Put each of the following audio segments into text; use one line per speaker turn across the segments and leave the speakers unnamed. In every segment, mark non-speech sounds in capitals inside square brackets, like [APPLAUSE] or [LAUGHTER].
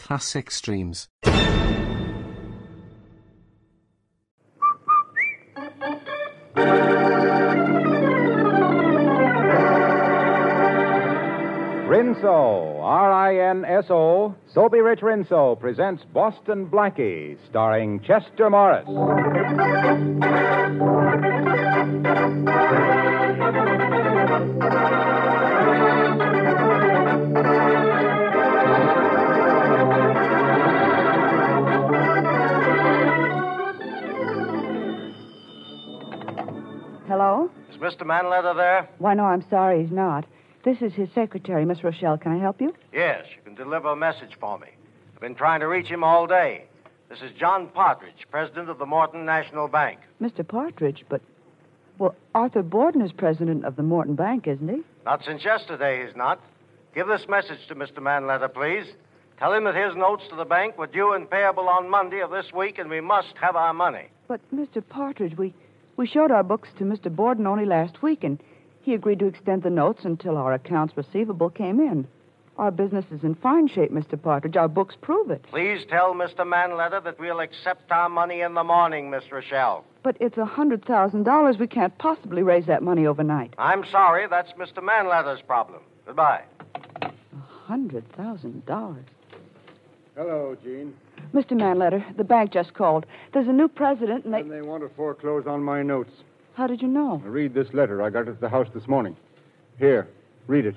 classic streams.
Rinso, R I N S O, Soapy Rich Rinso presents Boston Blackie, starring Chester Morris.
Hello?
Is Mr. Manleather there?
Why, no, I'm sorry he's not. This is his secretary, Miss Rochelle. Can I help you?
Yes, you can deliver a message for me. I've been trying to reach him all day. This is John Partridge, president of the Morton National Bank.
Mr. Partridge, but. Well, Arthur Borden is president of the Morton Bank, isn't he?
Not since yesterday, he's not. Give this message to Mr. Manleather, please. Tell him that his notes to the bank were due and payable on Monday of this week, and we must have our money.
But, Mr. Partridge, we, we showed our books to Mr. Borden only last week, and he agreed to extend the notes until our accounts receivable came in. Our business is in fine shape, Mr. Partridge. Our books prove it.
Please tell Mr. Manleather that we'll accept our money in the morning, Miss Rochelle.
But it's a $100,000. We can't possibly raise that money overnight.
I'm sorry, that's Mr. Manleather's problem. Goodbye.
A $100,000.
Hello, Gene.
Mr. Manletter, the bank just called. There's a new president, and they.
And they want to foreclose on my notes.
How did you know?
Read this letter. I got it at the house this morning. Here, read it.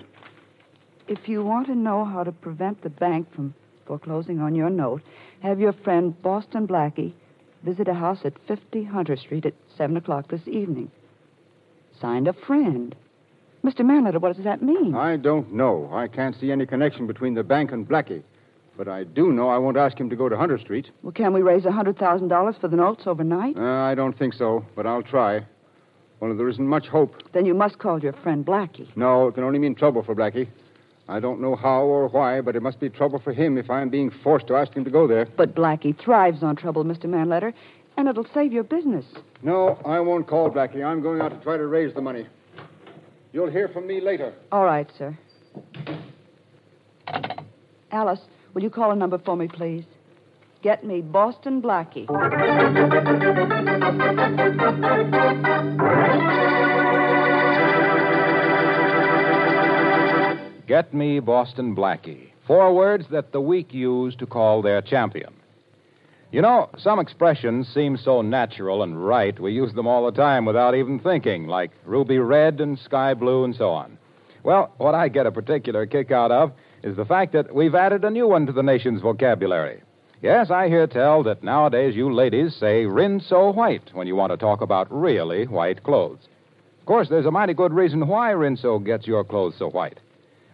If you want to know how to prevent the bank from foreclosing on your note, have your friend Boston Blackie visit a house at 50 Hunter Street at 7 o'clock this evening. Signed a friend. Mr. Manletter, what does that mean?
I don't know. I can't see any connection between the bank and Blackie. But I do know I won't ask him to go to Hunter Street.
Well, can we raise a $100,000 for the notes overnight?
Uh, I don't think so, but I'll try. Only there isn't much hope.
Then you must call your friend Blackie.
No, it can only mean trouble for Blackie. I don't know how or why, but it must be trouble for him if I'm being forced to ask him to go there.
But Blackie thrives on trouble, Mr. Manletter, and it'll save your business.
No, I won't call Blackie. I'm going out to try to raise the money. You'll hear from me later.
All right, sir. Alice, will you call a number for me, please? Get me Boston Blackie.
Get Me Boston Blackie. Four words that the weak use to call their champion. You know, some expressions seem so natural and right, we use them all the time without even thinking, like ruby red and sky blue and so on. Well, what I get a particular kick out of is the fact that we've added a new one to the nation's vocabulary. Yes, I hear tell that nowadays you ladies say rinso white when you want to talk about really white clothes. Of course, there's a mighty good reason why rinso gets your clothes so white.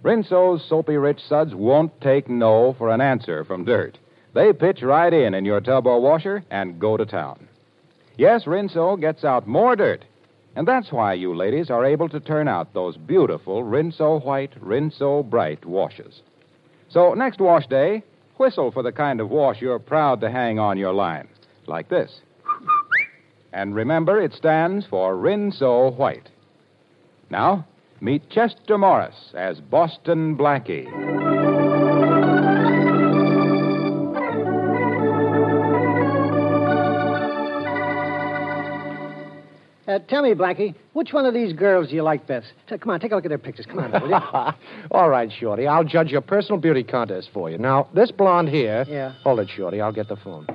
Rinso's soapy rich suds won't take no for an answer from dirt. They pitch right in in your tub or washer and go to town. Yes, Rinso gets out more dirt. And that's why you ladies are able to turn out those beautiful Rinso white, Rinso bright washes. So next wash day, whistle for the kind of wash you're proud to hang on your line, like this. And remember, it stands for Rinso white. Now, meet Chester Morris as Boston Blackie.
Uh, tell me, Blackie, which one of these girls do you like best? Uh, come on, take a look at their pictures. Come on, will you?
All right, Shorty. I'll judge your personal beauty contest for you. Now, this blonde here.
Yeah.
Hold it, Shorty. I'll get the phone.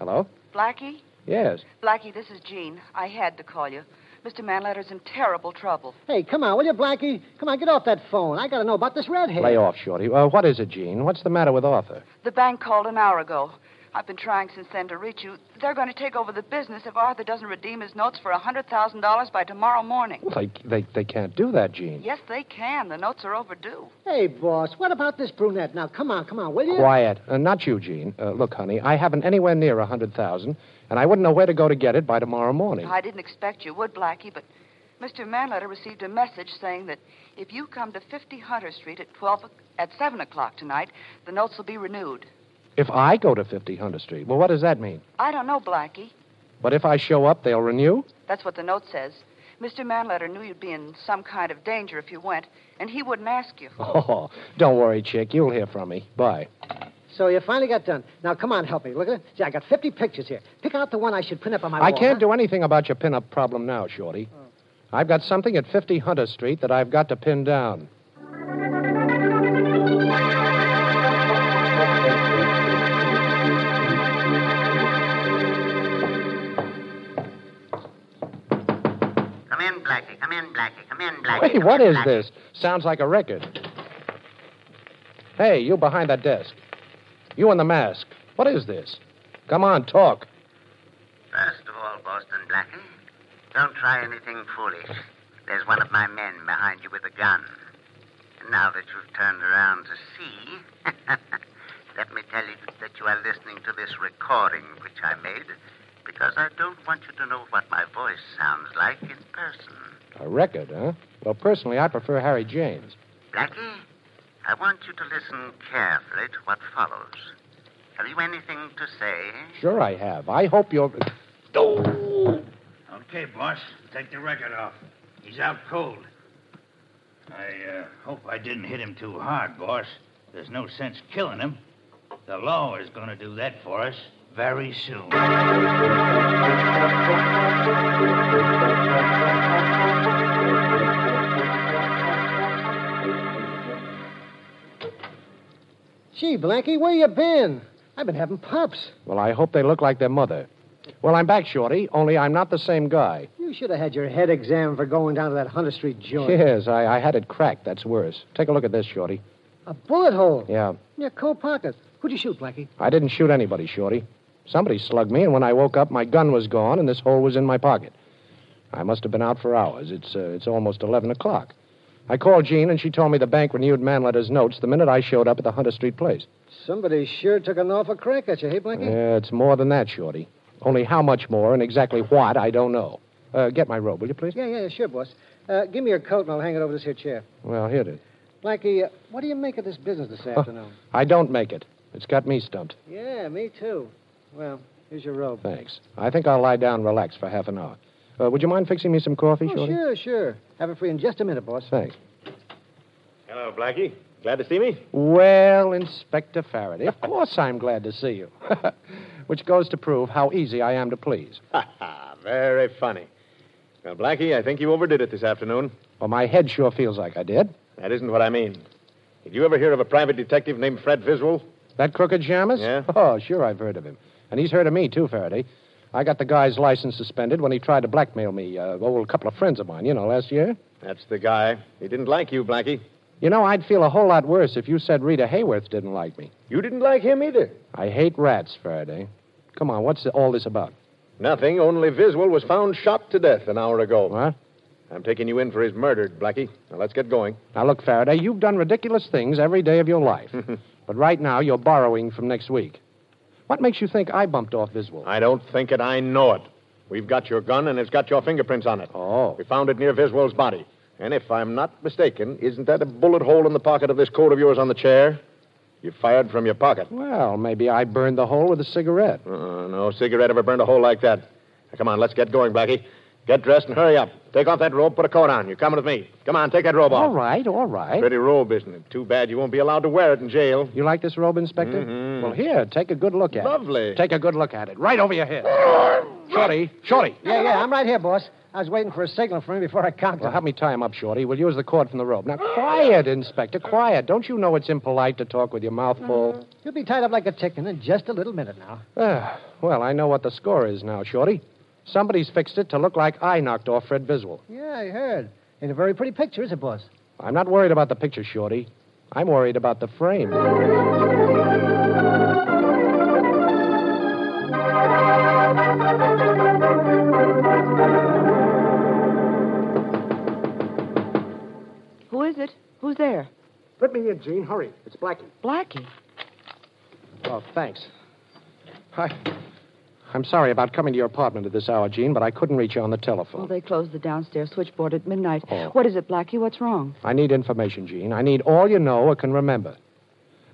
Hello?
Blackie?
Yes.
Blackie, this is Jean. I had to call you. Mr. Manletter's in terrible trouble.
Hey, come on, will you, Blackie? Come on, get off that phone. I gotta know about this redhead.
Lay off, Shorty. Uh, what is it, Gene? What's the matter with Arthur?
The bank called an hour ago. I've been trying since then to reach you. They're going to take over the business if Arthur doesn't redeem his notes for a $100,000 by tomorrow morning.
Well, they, they, they can't do that, Gene.
Yes, they can. The notes are overdue.
Hey, boss, what about this brunette? Now, come on, come on, will you?
Quiet. Uh, not you, Gene. Uh, look, honey, I haven't anywhere near a 100000 and I wouldn't know where to go to get it by tomorrow morning.
I didn't expect you would, Blackie, but Mr. Manletter received a message saying that if you come to 50 Hunter Street at 12, o- at 7 o'clock tonight, the notes will be renewed.
If I go to 50 Hunter Street, well, what does that mean?
I don't know, Blackie.
But if I show up, they'll renew? [LAUGHS]
That's what the note says. Mr. Manletter knew you'd be in some kind of danger if you went, and he wouldn't ask you.
Oh, don't worry, chick. You'll hear from me. Bye.
So you finally got done. Now, come on, help me. Look at it. See, I got 50 pictures here. Pick out the one I should print up on my
I
wall,
can't
huh?
do anything about your pin-up problem now, Shorty. I've got something at 50 Hunter Street that I've got to pin down.
Come in, Blackie. Come in, Blackie. Come in, Blackie.
Hey,
Come
what
in,
is
Blackie.
this? Sounds like a record. Hey, you behind that desk. You in the mask. What is this? Come on, talk.
First of all, Boston Blackie, don't try anything foolish. There's one of my men behind you with a gun. And now that you've turned around to see, [LAUGHS] let me tell you that you are listening to this recording which I made because I don't want you to know what my voice sounds like in person.
A record, huh? Well, personally, I prefer Harry James.
Blackie, I want you to listen carefully to what follows. Have you anything to say?
Sure, I have. I hope you're. Oh!
Okay, boss. Take the record off. He's out cold. I uh, hope I didn't hit him too hard, boss. There's no sense killing him. The law is going to do that for us very soon.
Gee, Blackie, where you been? I've been having pups.
Well, I hope they look like their mother. Well, I'm back, Shorty, only I'm not the same guy.
You should have had your head examined for going down to that Hunter Street joint.
Yes, I, I had it cracked. That's worse. Take a look at this, Shorty.
A bullet hole.
Yeah.
In your coat pocket. Who'd you shoot, Blackie?
I didn't shoot anybody, Shorty. Somebody slugged me, and when I woke up, my gun was gone, and this hole was in my pocket. I must have been out for hours. It's, uh, it's almost 11 o'clock. I called Jean, and she told me the bank renewed Manletter's notes the minute I showed up at the Hunter Street place.
Somebody sure took an awful crack at you, hey, Blackie?
Yeah, it's more than that, Shorty. Only how much more and exactly what, I don't know. Uh, get my robe, will you, please?
Yeah, yeah, yeah, sure, boss. Uh, give me your coat and I'll hang it over this here chair.
Well, here it is.
Blackie, uh, what do you make of this business this afternoon?
I don't make it. It's got me stumped.
Yeah, me too. Well, here's your robe.
Thanks. I think I'll lie down and relax for half an hour. Uh, would you mind fixing me some coffee,
Oh,
Shorty?
sure, sure. Have it for you in just a minute, boss.
Thanks.
Hello, Blackie. Glad to see me.
[LAUGHS]
Well, Inspector Faraday, of course I'm glad to see you. [LAUGHS] Which goes to prove how easy I am to please.
Ha ha, very funny. Well, Blackie, I think you overdid it this afternoon.
Well, my head sure feels like I did.
That isn't what I mean. Did you ever hear of a private detective named Fred Viswell?
That crooked Shamus?
Yeah.
[LAUGHS] Oh, sure, I've heard of him. And he's heard of me, too, Faraday. I got the guy's license suspended when he tried to blackmail me, uh, well, a couple of friends of mine, you know, last year.
That's the guy. He didn't like you, Blackie.
You know, I'd feel a whole lot worse if you said Rita Hayworth didn't like me.
You didn't like him either.
I hate rats, Faraday. Come on, what's all this about?
Nothing, only Viswell was found shot to death an hour ago.
Oh, What?
I'm taking you in for his murder, Blackie. Now, let's get going.
Now, look, Faraday, you've done ridiculous things every day of your
[LAUGHS]
life. but right now, you're borrowing from next week. What makes you think I bumped off Viswell?
I don't think it. I know it. We've got your gun, and it's got your fingerprints on it.
Oh.
We found it near Viswell's body. And if I'm not mistaken, isn't that a bullet hole in the pocket of this coat of yours on the chair? You fired from your pocket.
Well, maybe I burned the hole with a cigarette.
Uh, no cigarette ever burned a hole like that. Now, come on, let's get going, Blackie. Get dressed and hurry up. Take off that robe, put a coat on. You're coming with me. Come on, take that robe off.
All right, all right.
Pretty robe, isn't it? Too bad you won't be allowed to wear it in jail.
You like this robe, Inspector? Well, here, take a good look at it.
Mm-hmm. Lovely.
Take a good look at it. Right over your head. Shorty, Shorty.
Yeah, yeah, I'm right here, boss. I was waiting for a signal from him before I counted.
Well, help me tie him up, Shorty. We'll use the cord from the rope. Now, quiet, Inspector, quiet. Don't you know it's impolite to talk with your mouth full?
You'll be tied up like a chicken in just a little minute now.
Ah, well, I know what the score is now, Shorty. Somebody's fixed it to look like I knocked off Fred Viswell.
Yeah, I heard. Ain't a very pretty picture, is it, boss?
I'm not worried about the picture, Shorty. I'm worried about the frame.
Who is it? Who's there?
Let me in, Gene. Hurry. It's Blackie.
Blackie.
Oh, thanks. I, I'm sorry about coming to your apartment at this hour, Gene, but I couldn't reach you on the telephone.
Well, they closed the downstairs switchboard at midnight.
Oh.
What is it, Blackie? What's wrong?
I need information, Gene. I need all you know or can remember.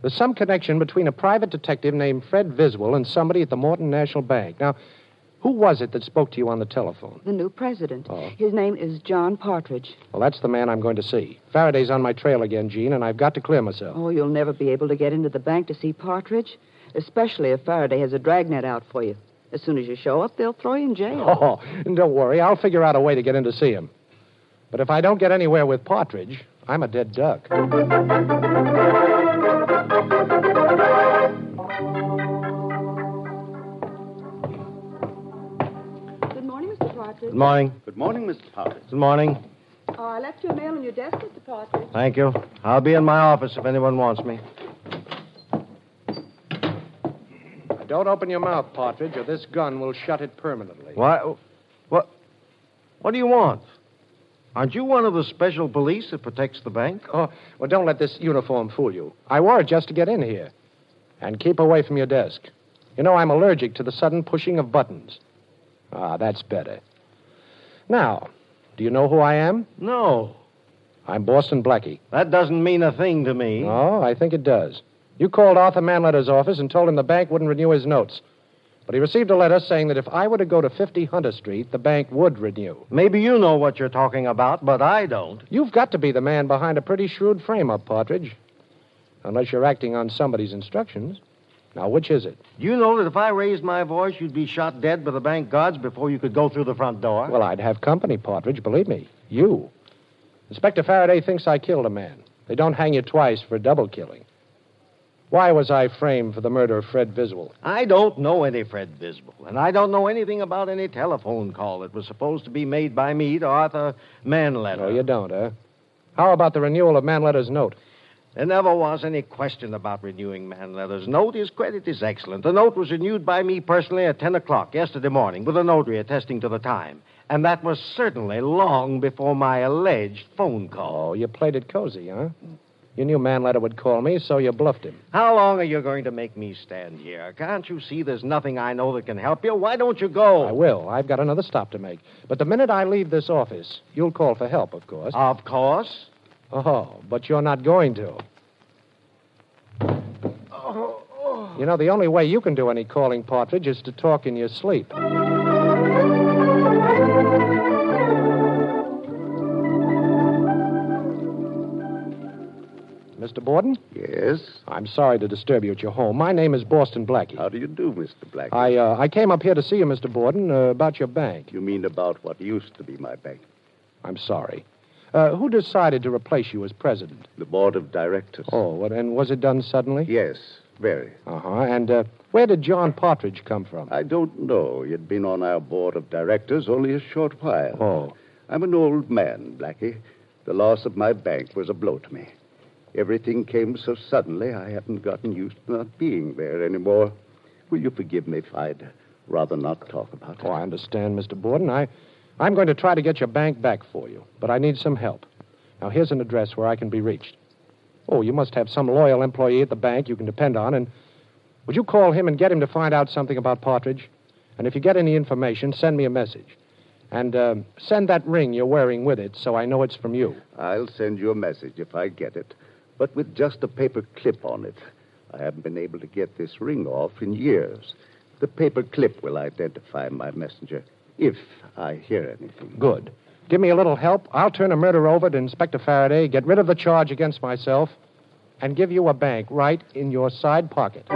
There's some connection between a private detective named Fred Viswell and somebody at the Morton National Bank. Now, Who was it that spoke to you on the telephone?
The new president.
Oh.
His name is John Partridge.
Well, that's the man I'm going to see. Faraday's on my trail again, Gene, and I've got to clear myself.
Oh, you'll never be able to get into the bank to see Partridge, especially if Faraday has a dragnet out for you. As soon as you show up, they'll throw you in jail.
Oh, and don't worry. I'll figure out a way to get in to see him. But if I don't get anywhere with Partridge, I'm a dead duck.
Good morning, Mr. Partridge.
Good morning.
Good morning, Mr. Potter.
Good morning.
Oh, I left your mail on your desk, Mr. Partridge.
Thank you. I'll be in my office if anyone wants me. Don't open your mouth, Partridge, or this gun will shut it permanently.
What? What? What do you want? Aren't you one of the special police that protects the bank?
Oh, well, don't let this uniform fool you. I wore it just to get in here. And keep away from your desk. You know, I'm allergic to the sudden pushing of buttons. Ah, that's better. Now, do you know who I am?
No.
I'm Boston Blackie.
That doesn't mean a thing to me.
Oh, I think it does. You called Arthur Manletter's office and told him the bank wouldn't renew his notes. But he received a letter saying that if I were to go to 50 Hunter Street, the bank would renew.
Maybe you know what you're talking about, but I don't.
You've got to be the man behind a pretty shrewd frame up, Partridge. Unless you're acting on somebody's instructions. Now, which is it?
You know that if I raised my voice, you'd be shot dead by the bank guards before you could go through the front door.
Well, I'd have company, Partridge, believe me. You. Inspector Faraday thinks I killed a man. They don't hang you twice for double killing. Why was I framed for the murder of Fred Viswell?
I don't know any Fred Bisbal, and I don't know anything about any telephone call that was supposed to be made by me to Arthur Manletter.
No, you don't, huh? How about the renewal of Manletter's note?
There never was any question about renewing Manletter's note. His credit is excellent. The note was renewed by me personally at 10 o'clock yesterday morning with a notary attesting to the time. And that was certainly long before my alleged phone call.
Oh, you played it cozy, huh? You knew Manletter would call me, so you bluffed him.
How long are you going to make me stand here? Can't you see there's nothing I know that can help you? Why don't you go?
I will. I've got another stop to make. But the minute I leave this office, you'll call for help, of course.
Of course.
Oh, but you're not going to. You know, the only way you can do any calling, Partridge, is to talk in your sleep. Mr. Borden?
Yes?
I'm sorry to disturb you at your home. My name is Boston Blackie.
How do you do, Mr. Blackie?
I, uh, I came up here to see you, Mr. Borden, uh, about your bank.
You mean about what used to be my bank?
I'm sorry. Uh, who decided to replace you as president?
The board of directors.
Oh, what- and was it done suddenly?
Yes, very.
Uh-huh. And uh, where did John Partridge come from?
I don't know. He'd been on our board of directors only a short while.
Oh.
I'm an old man, Blackie. The loss of my bank was a blow to me. Everything came so suddenly, I hadn't gotten used to not being there anymore. Will you forgive me if I'd rather not talk about it?
Oh, I understand, Mr. Borden. I, I'm going to try to get your bank back for you, but I need some help. Now, here's an address where I can be reached. Oh, you must have some loyal employee at the bank you can depend on, and would you call him and get him to find out something about Partridge? And if you get any information, send me a message. And um, send that ring you're wearing with it so I know it's from you.
I'll send you a message if I get it, but with just a paper clip on it. I haven't been able to get this ring off in years. The paper clip will identify my messenger if I hear anything.
Good. Give me a little help. I'll turn a murder over to Inspector Faraday, get rid of the charge against myself, and give you a bank right in your side pocket.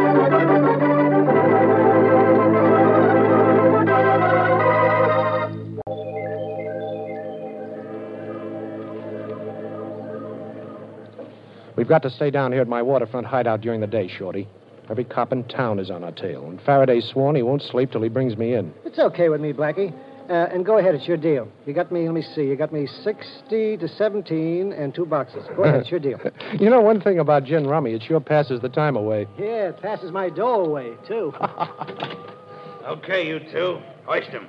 We've got to stay down here at my waterfront hideout during the day, Shorty. Every cop in town is on our tail, and Faraday's sworn he won't sleep till he brings me in.
It's okay with me, Blackie. Uh, and go ahead. It's your deal. You got me, let me see. You got me 60 to 17 and two boxes. Go ahead. It's your deal.
You know one thing about gin rummy, it sure passes the time away.
[LAUGHS] Yeah, it passes my dough away, too.
Okay, you two. Hoist him.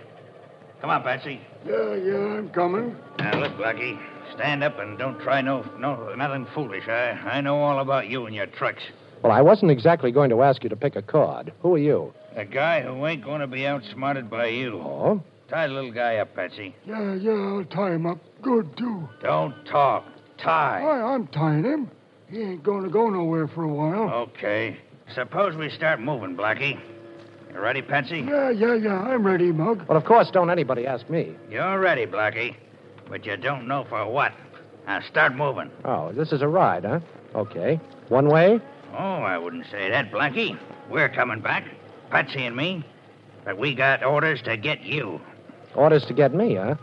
Come on, Patsy.
Yeah, yeah, I'm coming.
Now, look, Blackie. Stand up and don't try no, no nothing foolish. I, I know all about you and your tricks.
Well, I wasn't exactly going to ask you to pick a card. Who are you?
[LAUGHS] A guy who ain't going to be outsmarted by you.
Oh?
Tie the little guy up, Patsy.
Yeah, yeah, I'll tie him up. Good, too.
Don't talk. Tie.
Why, I'm tying him. He ain't going to go nowhere for a while.
Okay. Suppose we start moving, Blackie. You ready, Patsy?
Yeah, yeah, yeah. I'm ready, Mug.
Well, of course, don't anybody ask me.
You're ready, Blackie. But you don't know for what. Now start moving.
Oh, this is a ride, huh? Okay. One way?
Oh, I wouldn't say that, Blackie. We're coming back, Patsy and me. But we got orders to get you.
Orders to get me, huh?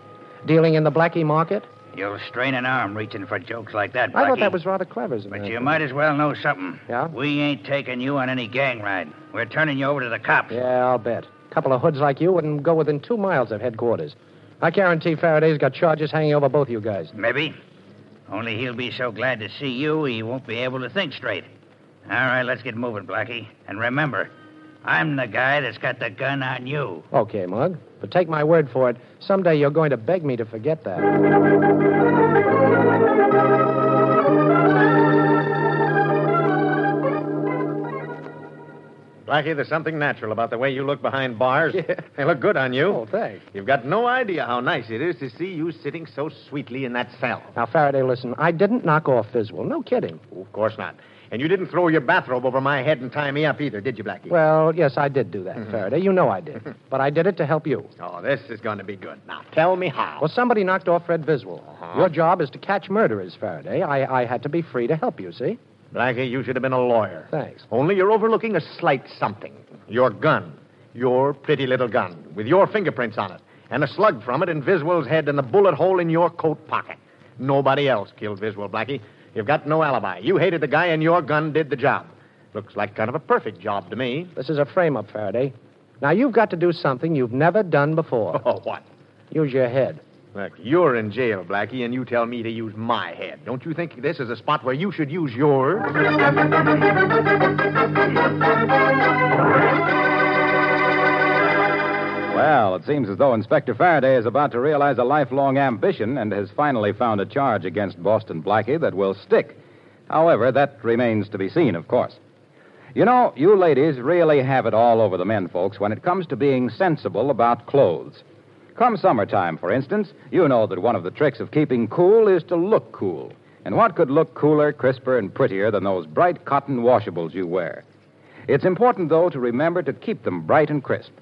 Dealing in the Blackie market?
You'll strain an arm reaching for jokes like that, Blackie.
I thought that was rather clever, isn't
But you might as well know something.
Yeah?
We ain't taking you on any gang ride. We're turning you over to the cops.
Yeah, I'll bet. A couple of hoods like you wouldn't go within two miles of headquarters. I guarantee Faraday's got charges hanging over both you guys.
Maybe. Only he'll be so glad to see you, he won't be able to think straight. All right, let's get moving, Blackie. And remember, I'm the guy that's got the gun on you.
Okay, Mug. But take my word for it, someday you're going to beg me to forget that.
Blackie, there's something natural about the way you look behind
[LAUGHS]
bars. They look good on you.
Oh, thanks.
You've got no idea how nice it is to see you sitting so sweetly in that cell.
Now, Faraday, listen, I didn't knock off Fiswell. No kidding.
Of course not. And you didn't throw your bathrobe over my head and tie me up either, did you, Blackie?
Well, yes, I did do that, Faraday. You know I did. but I did it to help you.
Oh, this is going to be good. Now, tell me how.
Well, somebody knocked off Fred Viswell. Your job is to catch murderers, Faraday. I, I had to be free to help you, see?
Blackie, you should have been a lawyer.
Thanks.
Only you're overlooking a slight something. Your gun. Your pretty little gun, with your fingerprints on it, and a slug from it in Viswell's head and a bullet hole in your coat pocket. Nobody else killed Viswell, Blackie. You've got no alibi. You hated the guy, and your gun did the job. Looks like kind of a perfect job to me.
This is a frame up, Faraday. Now, you've got to do something you've never done before.
Oh, what?
Use your head.
Look, you're in jail, Blackie, and you tell me to use my head. Don't you think this is a spot where you should use yours?
Well, it seems as though Inspector Faraday is about to realize a lifelong ambition and has finally found a charge against Boston Blackie that will stick. However, that remains to be seen, of course. You know, you ladies really have it all over the men, folks, when it comes to being sensible about clothes. Come summertime, for instance, you know that one of the tricks of keeping cool is to look cool. And what could look cooler, crisper, and prettier than those bright cotton washables you wear? It's important, though, to remember to keep them bright and crisp.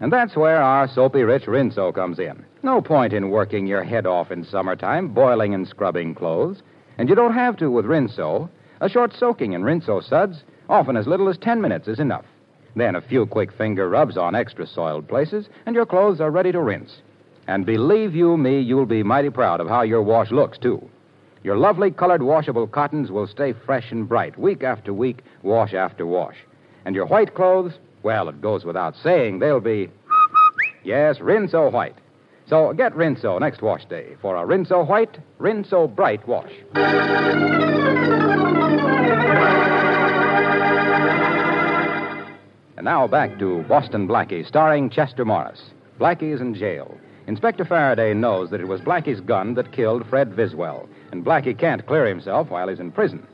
And that's where our soapy rich Rinso comes in. No point in working your head off in summertime, boiling and scrubbing clothes. And you don't have to with Rinso. A short soaking in Rinso suds, often as little as 10 minutes, is enough. Then a few quick finger rubs on extra soiled places, and your clothes are ready to rinse. And believe you me, you'll be mighty proud of how your wash looks, too. Your lovely colored washable cottons will stay fresh and bright week after week, wash after wash. And your white clothes, well, it goes without saying, they'll be, yes, Rinso White. So get Rinso next wash day for a Rinso White, Rinso Bright wash. And now back to Boston Blackie, starring Chester Morris. Blackie is in jail. Inspector Faraday knows that it was Blackie's gun that killed Fred Viswell, and Blackie can't clear himself while he's in prison.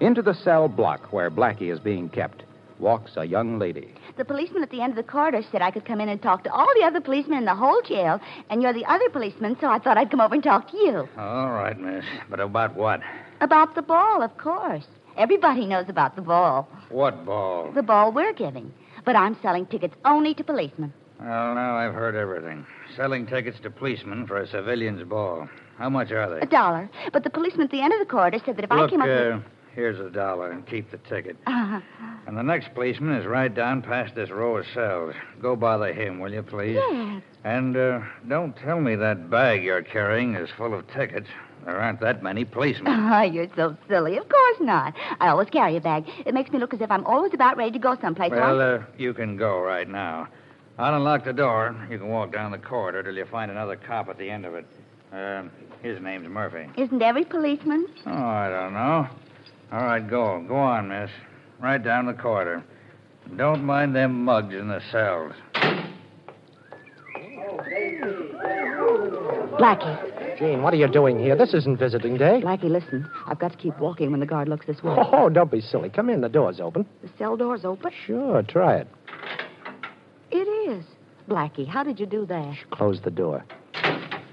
Into the cell block where Blackie is being kept walks a young lady.
The policeman at the end of the corridor said I could come in and talk to all the other policemen in the whole jail, and you're the other policeman, so I thought I'd come over and talk to you.
All right, miss. But about what?
About the ball, of course. Everybody knows about the ball.
What ball?
The ball we're giving. But I'm selling tickets only to policemen.
Well, now I've heard everything. Selling tickets to policemen for a civilian's ball. How much are they?
A dollar. But the policeman at the end of the corridor said that if I
Look,
came up
uh, here's a dollar and keep the ticket.
with...
And the next policeman is right down past this row of cells. Go bother him, will you, please?
Yes.
And uh, don't tell me that bag you're carrying is full of tickets. There aren't that many policemen.
[LAUGHS] Ah, you're so silly. Of course not. I always carry a bag. It makes me look as if I'm always about ready to go
Oh,
someplace. so I-
well, uh, you can go right now. I'll unlock the door. You can walk down the corridor till you find another cop at the end of it. Uh, his name's Murphy.
Isn't every policeman?
Oh, I don't know. All right, go. Go on, miss. Right down the corridor. Don't mind them mugs in the cells.
Blackie.
Gene, what are you doing here? This isn't visiting day.
Blackie, listen. I've got to keep walking when the guard looks this way.
Oh, don't be silly. Come in. The door's open.
The cell door's open.
Sure, try it.
It is. Blackie, how did you do that?
Close the door.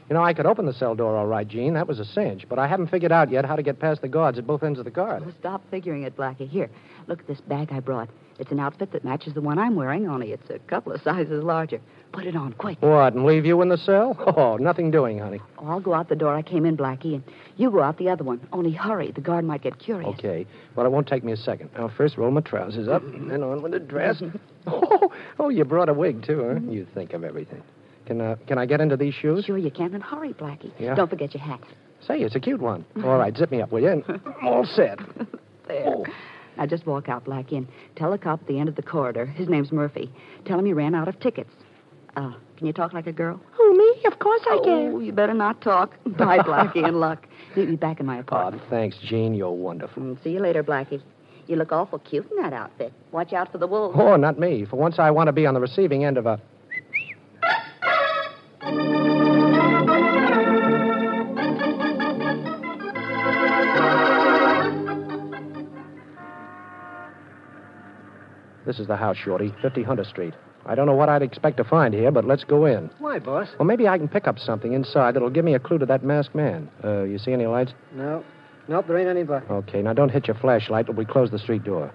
You know, I could open the cell door all right, Gene. That was a cinch. But I haven't figured out yet how to get past the guards at both ends of the guard.
Well, stop figuring it, Blackie. Here, look at this bag I brought. It's an outfit that matches the one I'm wearing, only it's a couple of sizes larger. Put it on, quick.
What, and leave you in the cell? [LAUGHS] Oh, nothing doing, honey.
Oh, I'll go out the door I came in, Blackie, and you go out the other one. Only hurry. The guard might get curious.
[LAUGHS] Okay. Well, it won't take me a second. Now, first roll my trousers up, and then on with the
[LAUGHS]
dress. oh, oh, you brought a wig, too, huh? You think of everything. Can, uh, can I get into these shoes?
Sure you can, and hurry, Blackie.
Yeah.
Don't forget your hat.
Say, it's a cute one. All right, zip me up, will
[LAUGHS]
you? And I'm all set.
There.
Oh.
Now just walk out, Blackie, and tell the cop at the end of the corridor. His name's Murphy. Tell him you ran out of tickets. Uh, can you talk like a girl?
Who, me? Of course I can.
Oh, you better not talk. [LAUGHS] Bye, Blackie, and luck. Meet me back in my apartment.
Oh,
Thanks, Gene. You're wonderful.
Mm, See you later, Blackie. You look awful cute in that outfit. Watch out for the wolves.
Oh, not me. For once, I want to be on the receiving end of a. This is the house, Shorty, 50 Hunter Street. I don't know what I'd expect to find here, but let's go in.
Why, boss?
Well, maybe I can pick up something inside that'll give me a clue to that masked man. Uh, you see any lights?
No. Nope, there ain't anybody.
Okay, now don't hit your flashlight till we close the street door.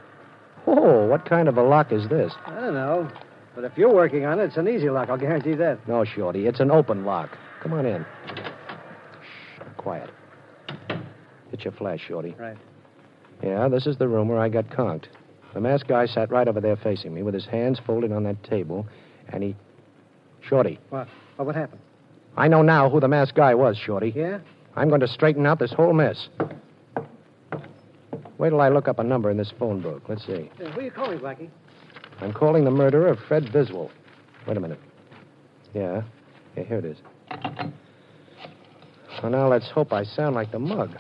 Oh, what kind of a lock is this?
I don't know. But if you're working on it, it's an easy lock. I'll guarantee that.
No, Shorty, it's an open lock. Come on in. Shh, quiet. Hit your flash, Shorty.
Right.
Yeah, this is the room where I got conked. The masked guy sat right over there facing me with his hands folded on that table, and he. Shorty,
What? Well, what happened?
I know now who the masked guy was, Shorty.
Yeah?
I'm going to straighten out this whole mess. Wait till I look up a number in this phone book. Let's see.
Hey, who are you calling, Blackie?
I'm calling the murderer of Fred Biswell. Wait a minute. Yeah. Yeah, here it is. Well, now let's hope I sound like the mug.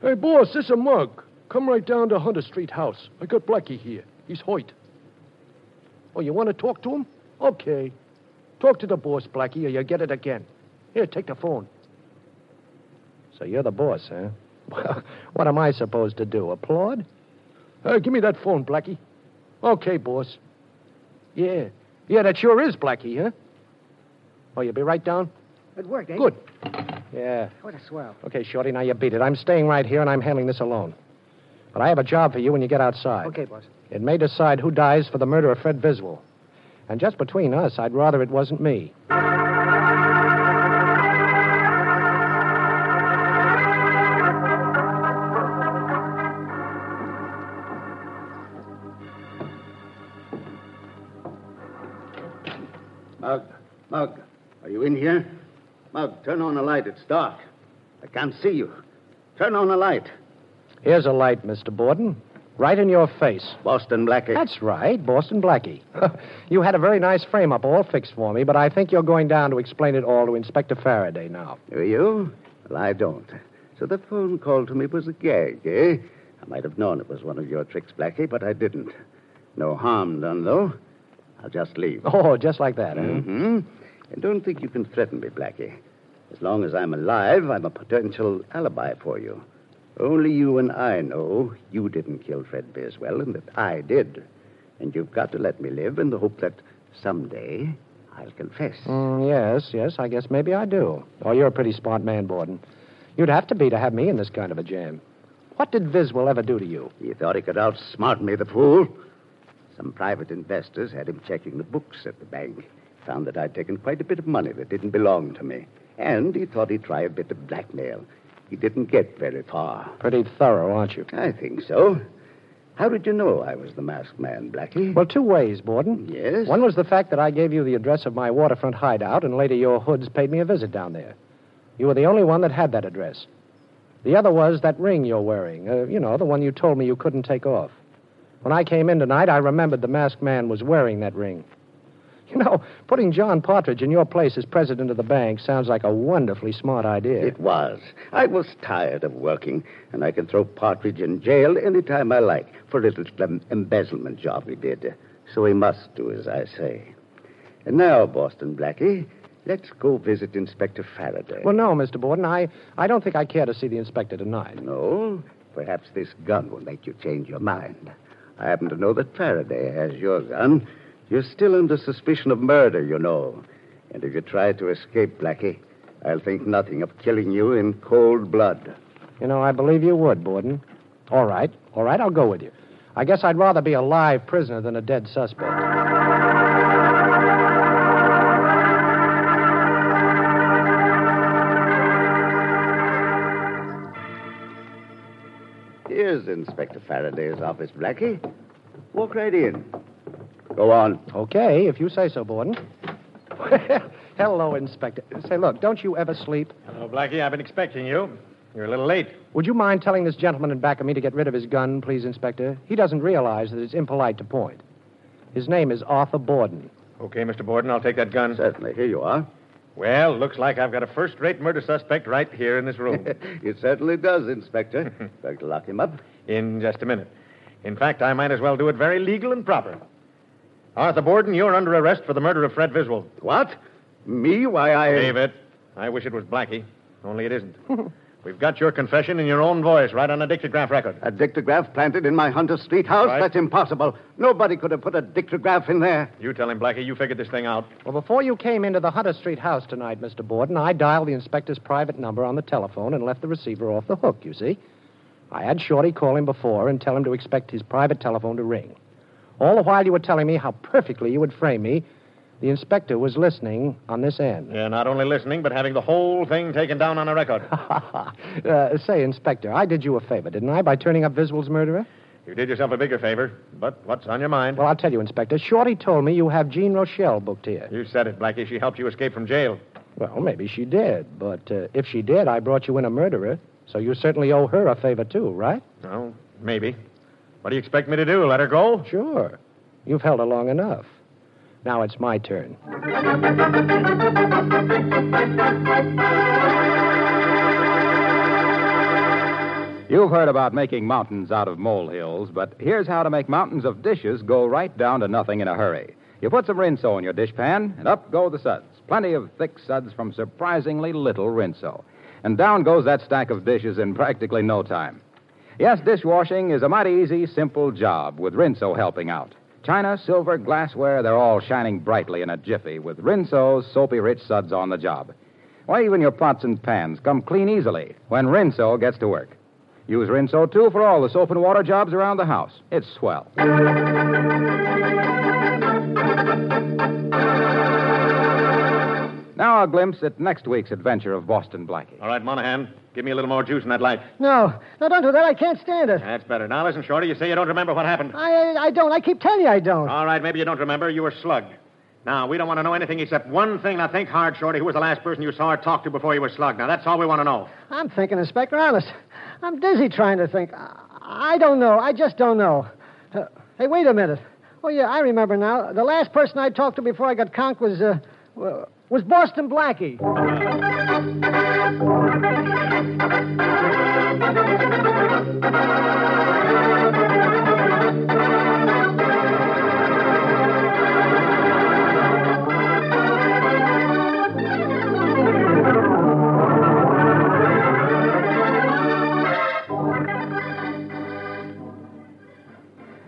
Hey, boss, this a mug. Come right down to Hunter Street House. I got Blackie here. He's Hoyt. Oh, you want to talk to him? Okay. Talk to the boss, Blackie, or you get it again. Here, take the phone.
So you're the boss,
[LAUGHS]
huh? Well, what am I supposed to do? Applaud?
Uh, give me that phone, Blackie. Okay, boss. Yeah. Yeah, that sure is Blackie, huh?
Oh, you'll be right down?
It worked, eh? ain't
Good.
it?
Yeah.
What a swell.
Okay, Shorty, now you beat it. I'm staying right here, and I'm handling this alone. But I have a job for you when you get outside.
Okay, boss.
It may decide who dies for the murder of Fred Biswell. And just between us, I'd rather it wasn't me.
Mug, Mug, are you in here? Mug, turn on the light. It's dark. I can't see you. Turn on the light.
Here's a light, Mr. Borden. Right in your face.
Boston Blackie.
That's right, Boston Blackie. [LAUGHS] you had a very nice frame up all fixed for me, but I think you're going down to explain it all to Inspector Faraday now. [LAUGHS]
Are you? Well, I don't. So that phone call to me was a gag, eh? I might have known it was one of your tricks, Blackie, but I didn't. No harm done, though. I'll just leave.
Oh, just like that, eh?
Mm-hmm. And don't think you can threaten me, Blackie. As long as I'm alive, I'm a potential alibi for you. Only you and I know you didn't kill Fred Bearswell and that I did. And you've got to let me live in the hope that someday I'll confess.
Hmm.
Mm, yes, yes, I guess maybe I do. Oh, you're a pretty smart man, Borden. You'd have to be to have me in this kind of a jam. What did Viswell ever do to you?
He thought he could outsmart me, the fool. Some private investors had him checking the books at the bank. Found that I'd taken quite a bit of money that didn't belong to me. And he thought he'd try a bit of blackmail. He didn't get very far.
Pretty thorough, aren't you?
I think so. How did you know I was the masked man, Blackie?
Well, two ways, Borden.
yes.
One was the fact that I gave you the address of my waterfront hideout, and later your hoods paid me a visit down there. You were the only one that had that address. The other was that ring you're wearing, uh, you know, the one you told me you couldn't take off. When I came in tonight, I remembered the masked man was wearing that ring. You know, putting John Partridge in your place as president of the bank sounds like a wonderfully smart idea.
It was. I was tired of working, and I can throw Partridge in jail any time I like for a little em- embezzlement job he did. So he must do as I say. And now, Boston Blackie, let's go visit Inspector Faraday.
Well, no, Mr. Borden, I, I don't think I care to see the inspector tonight.
No, perhaps this gun will make you change your mind. I happen to know that Faraday has your gun. You're still under suspicion of murder, you know. And if you try to escape, Blackie, I'll think nothing of killing you in cold blood. [LAUGHS]
You know, I believe you would, Borden. All right, all right, I'll go with you. I guess I'd rather be a live prisoner than a dead suspect.
Here's Inspector Faraday's office, Blackie. Walk right in. Go on.
Okay, if you say so, Borden. [LAUGHS] Hello, Inspector. Say, look, don't you ever sleep?
Hello, Blackie. I've been expecting you. You're a little late.
Would you mind telling this gentleman in back of me to get rid of his gun, please, Inspector? He doesn't realize that it's impolite to point. His name is Arthur Borden.
Okay, Mr. Borden, I'll take that gun.
Certainly. Here you are.
Well, looks like I've got a first rate murder suspect right here in this [LAUGHS] room.
it certainly does, Inspector. Going to lock him up?
In just a minute. In fact, I might as well do it very legal and proper. Arthur Borden, you're under arrest for the murder of Fred Viswell.
What? Me? Why, I.
David, I wish it was Blackie. Only
[LAUGHS]
it isn't. We've got your confession in your own voice, right on a dictograph record.
A dictograph planted in my Hunter Street house?
Right.
That's impossible. Nobody could have put a dictograph in there.
You tell him, Blackie, you figured this thing out.
Well, before you came into the Hunter Street house tonight, Mr. Borden, I dialed the inspector's private number on the telephone and left the receiver off the hook, you see. I had Shorty call him before and tell him to expect his private telephone to ring. All the while you were telling me how perfectly you would frame me, the inspector was listening on this end.
Yeah, not only listening, but having the whole thing taken down on a record.
Uh, say, Inspector, I did you a favor, didn't I, by turning up Viswell's murderer?
[LAUGHS] you did yourself a bigger favor, but what's on your mind?
Well, I'll tell you, Inspector. Shorty told me you have Jean Rochelle booked here.
You said it, Blackie. She helped you escape from jail.
Well, maybe she did, but uh, if she did, I brought you in a murderer, so you certainly owe her a favor, too, right?
Well, maybe. What do you expect me to do? Let her go?
Sure. You've held her long enough. Now it's my turn.
You've heard about making mountains out of molehills, but here's how to make mountains of dishes go right down to nothing in a hurry. You put some Rinso in your dishpan, and up go the suds. Plenty of thick suds from surprisingly little Rinso. And down goes that stack of dishes in practically no time. Yes, dishwashing is a mighty easy, simple job with Rinso helping out. China, silver, glassware, they're all shining brightly in a jiffy with Rinso's soapy rich suds on the job. Why, even your pots and pans come clean easily when Rinso gets to work. Use Rinso, too, for all the soap and water jobs around the house. It's swell. Now, a glimpse at next week's adventure of Boston Blackie.
All right, Monahan, give me a little more juice in that light.
No, no, don't do that. I can't stand it.
That's better. Now, listen, Shorty, you say you don't remember what happened.
I, I don't. I keep telling you I don't.
All right, maybe you don't remember. You were slugged. Now, we don't want to know anything except one thing. Now, think hard, Shorty. Who was the last person you saw or talked to before you were slugged? Now, that's all we want to know.
I'm thinking, Inspector. Honest, I'm dizzy trying to think. I, I don't know. I just don't know. Uh, hey, wait a minute. Oh yeah, I remember now. The last person I talked to before I got conked was uh, wa- was Boston Blackie.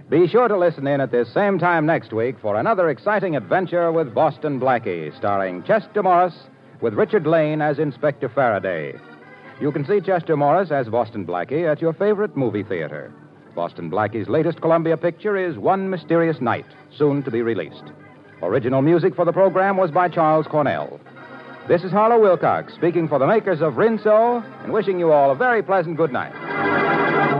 Be sure to listen in at this same time next week for another exciting adventure with Boston Blackie, starring Chester Morris with Richard Lane as Inspector Faraday. You can see Chester Morris as Boston Blackie at your favorite movie theater. Boston Blackie's latest Columbia picture is One Mysterious Night, soon to be released. Original music for the program was by Charles Cornell. This is Harlow Wilcox speaking for the makers of Rinso and wishing you all a very pleasant good night.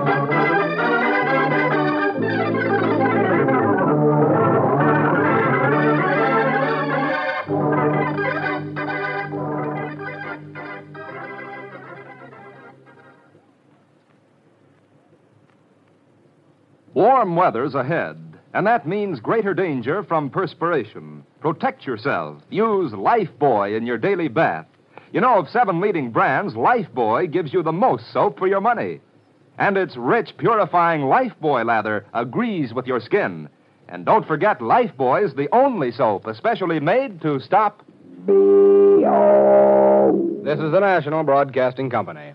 Warm weather's ahead, and that means greater danger from perspiration. Protect yourself. Use Lifebuoy in your daily bath. You know, of seven leading brands, Lifebuoy gives you the most soap for your money. And its rich, purifying Lifebuoy lather agrees with your skin. And don't forget, Lifebuoy's the only soap especially made to stop.
This is the National Broadcasting Company.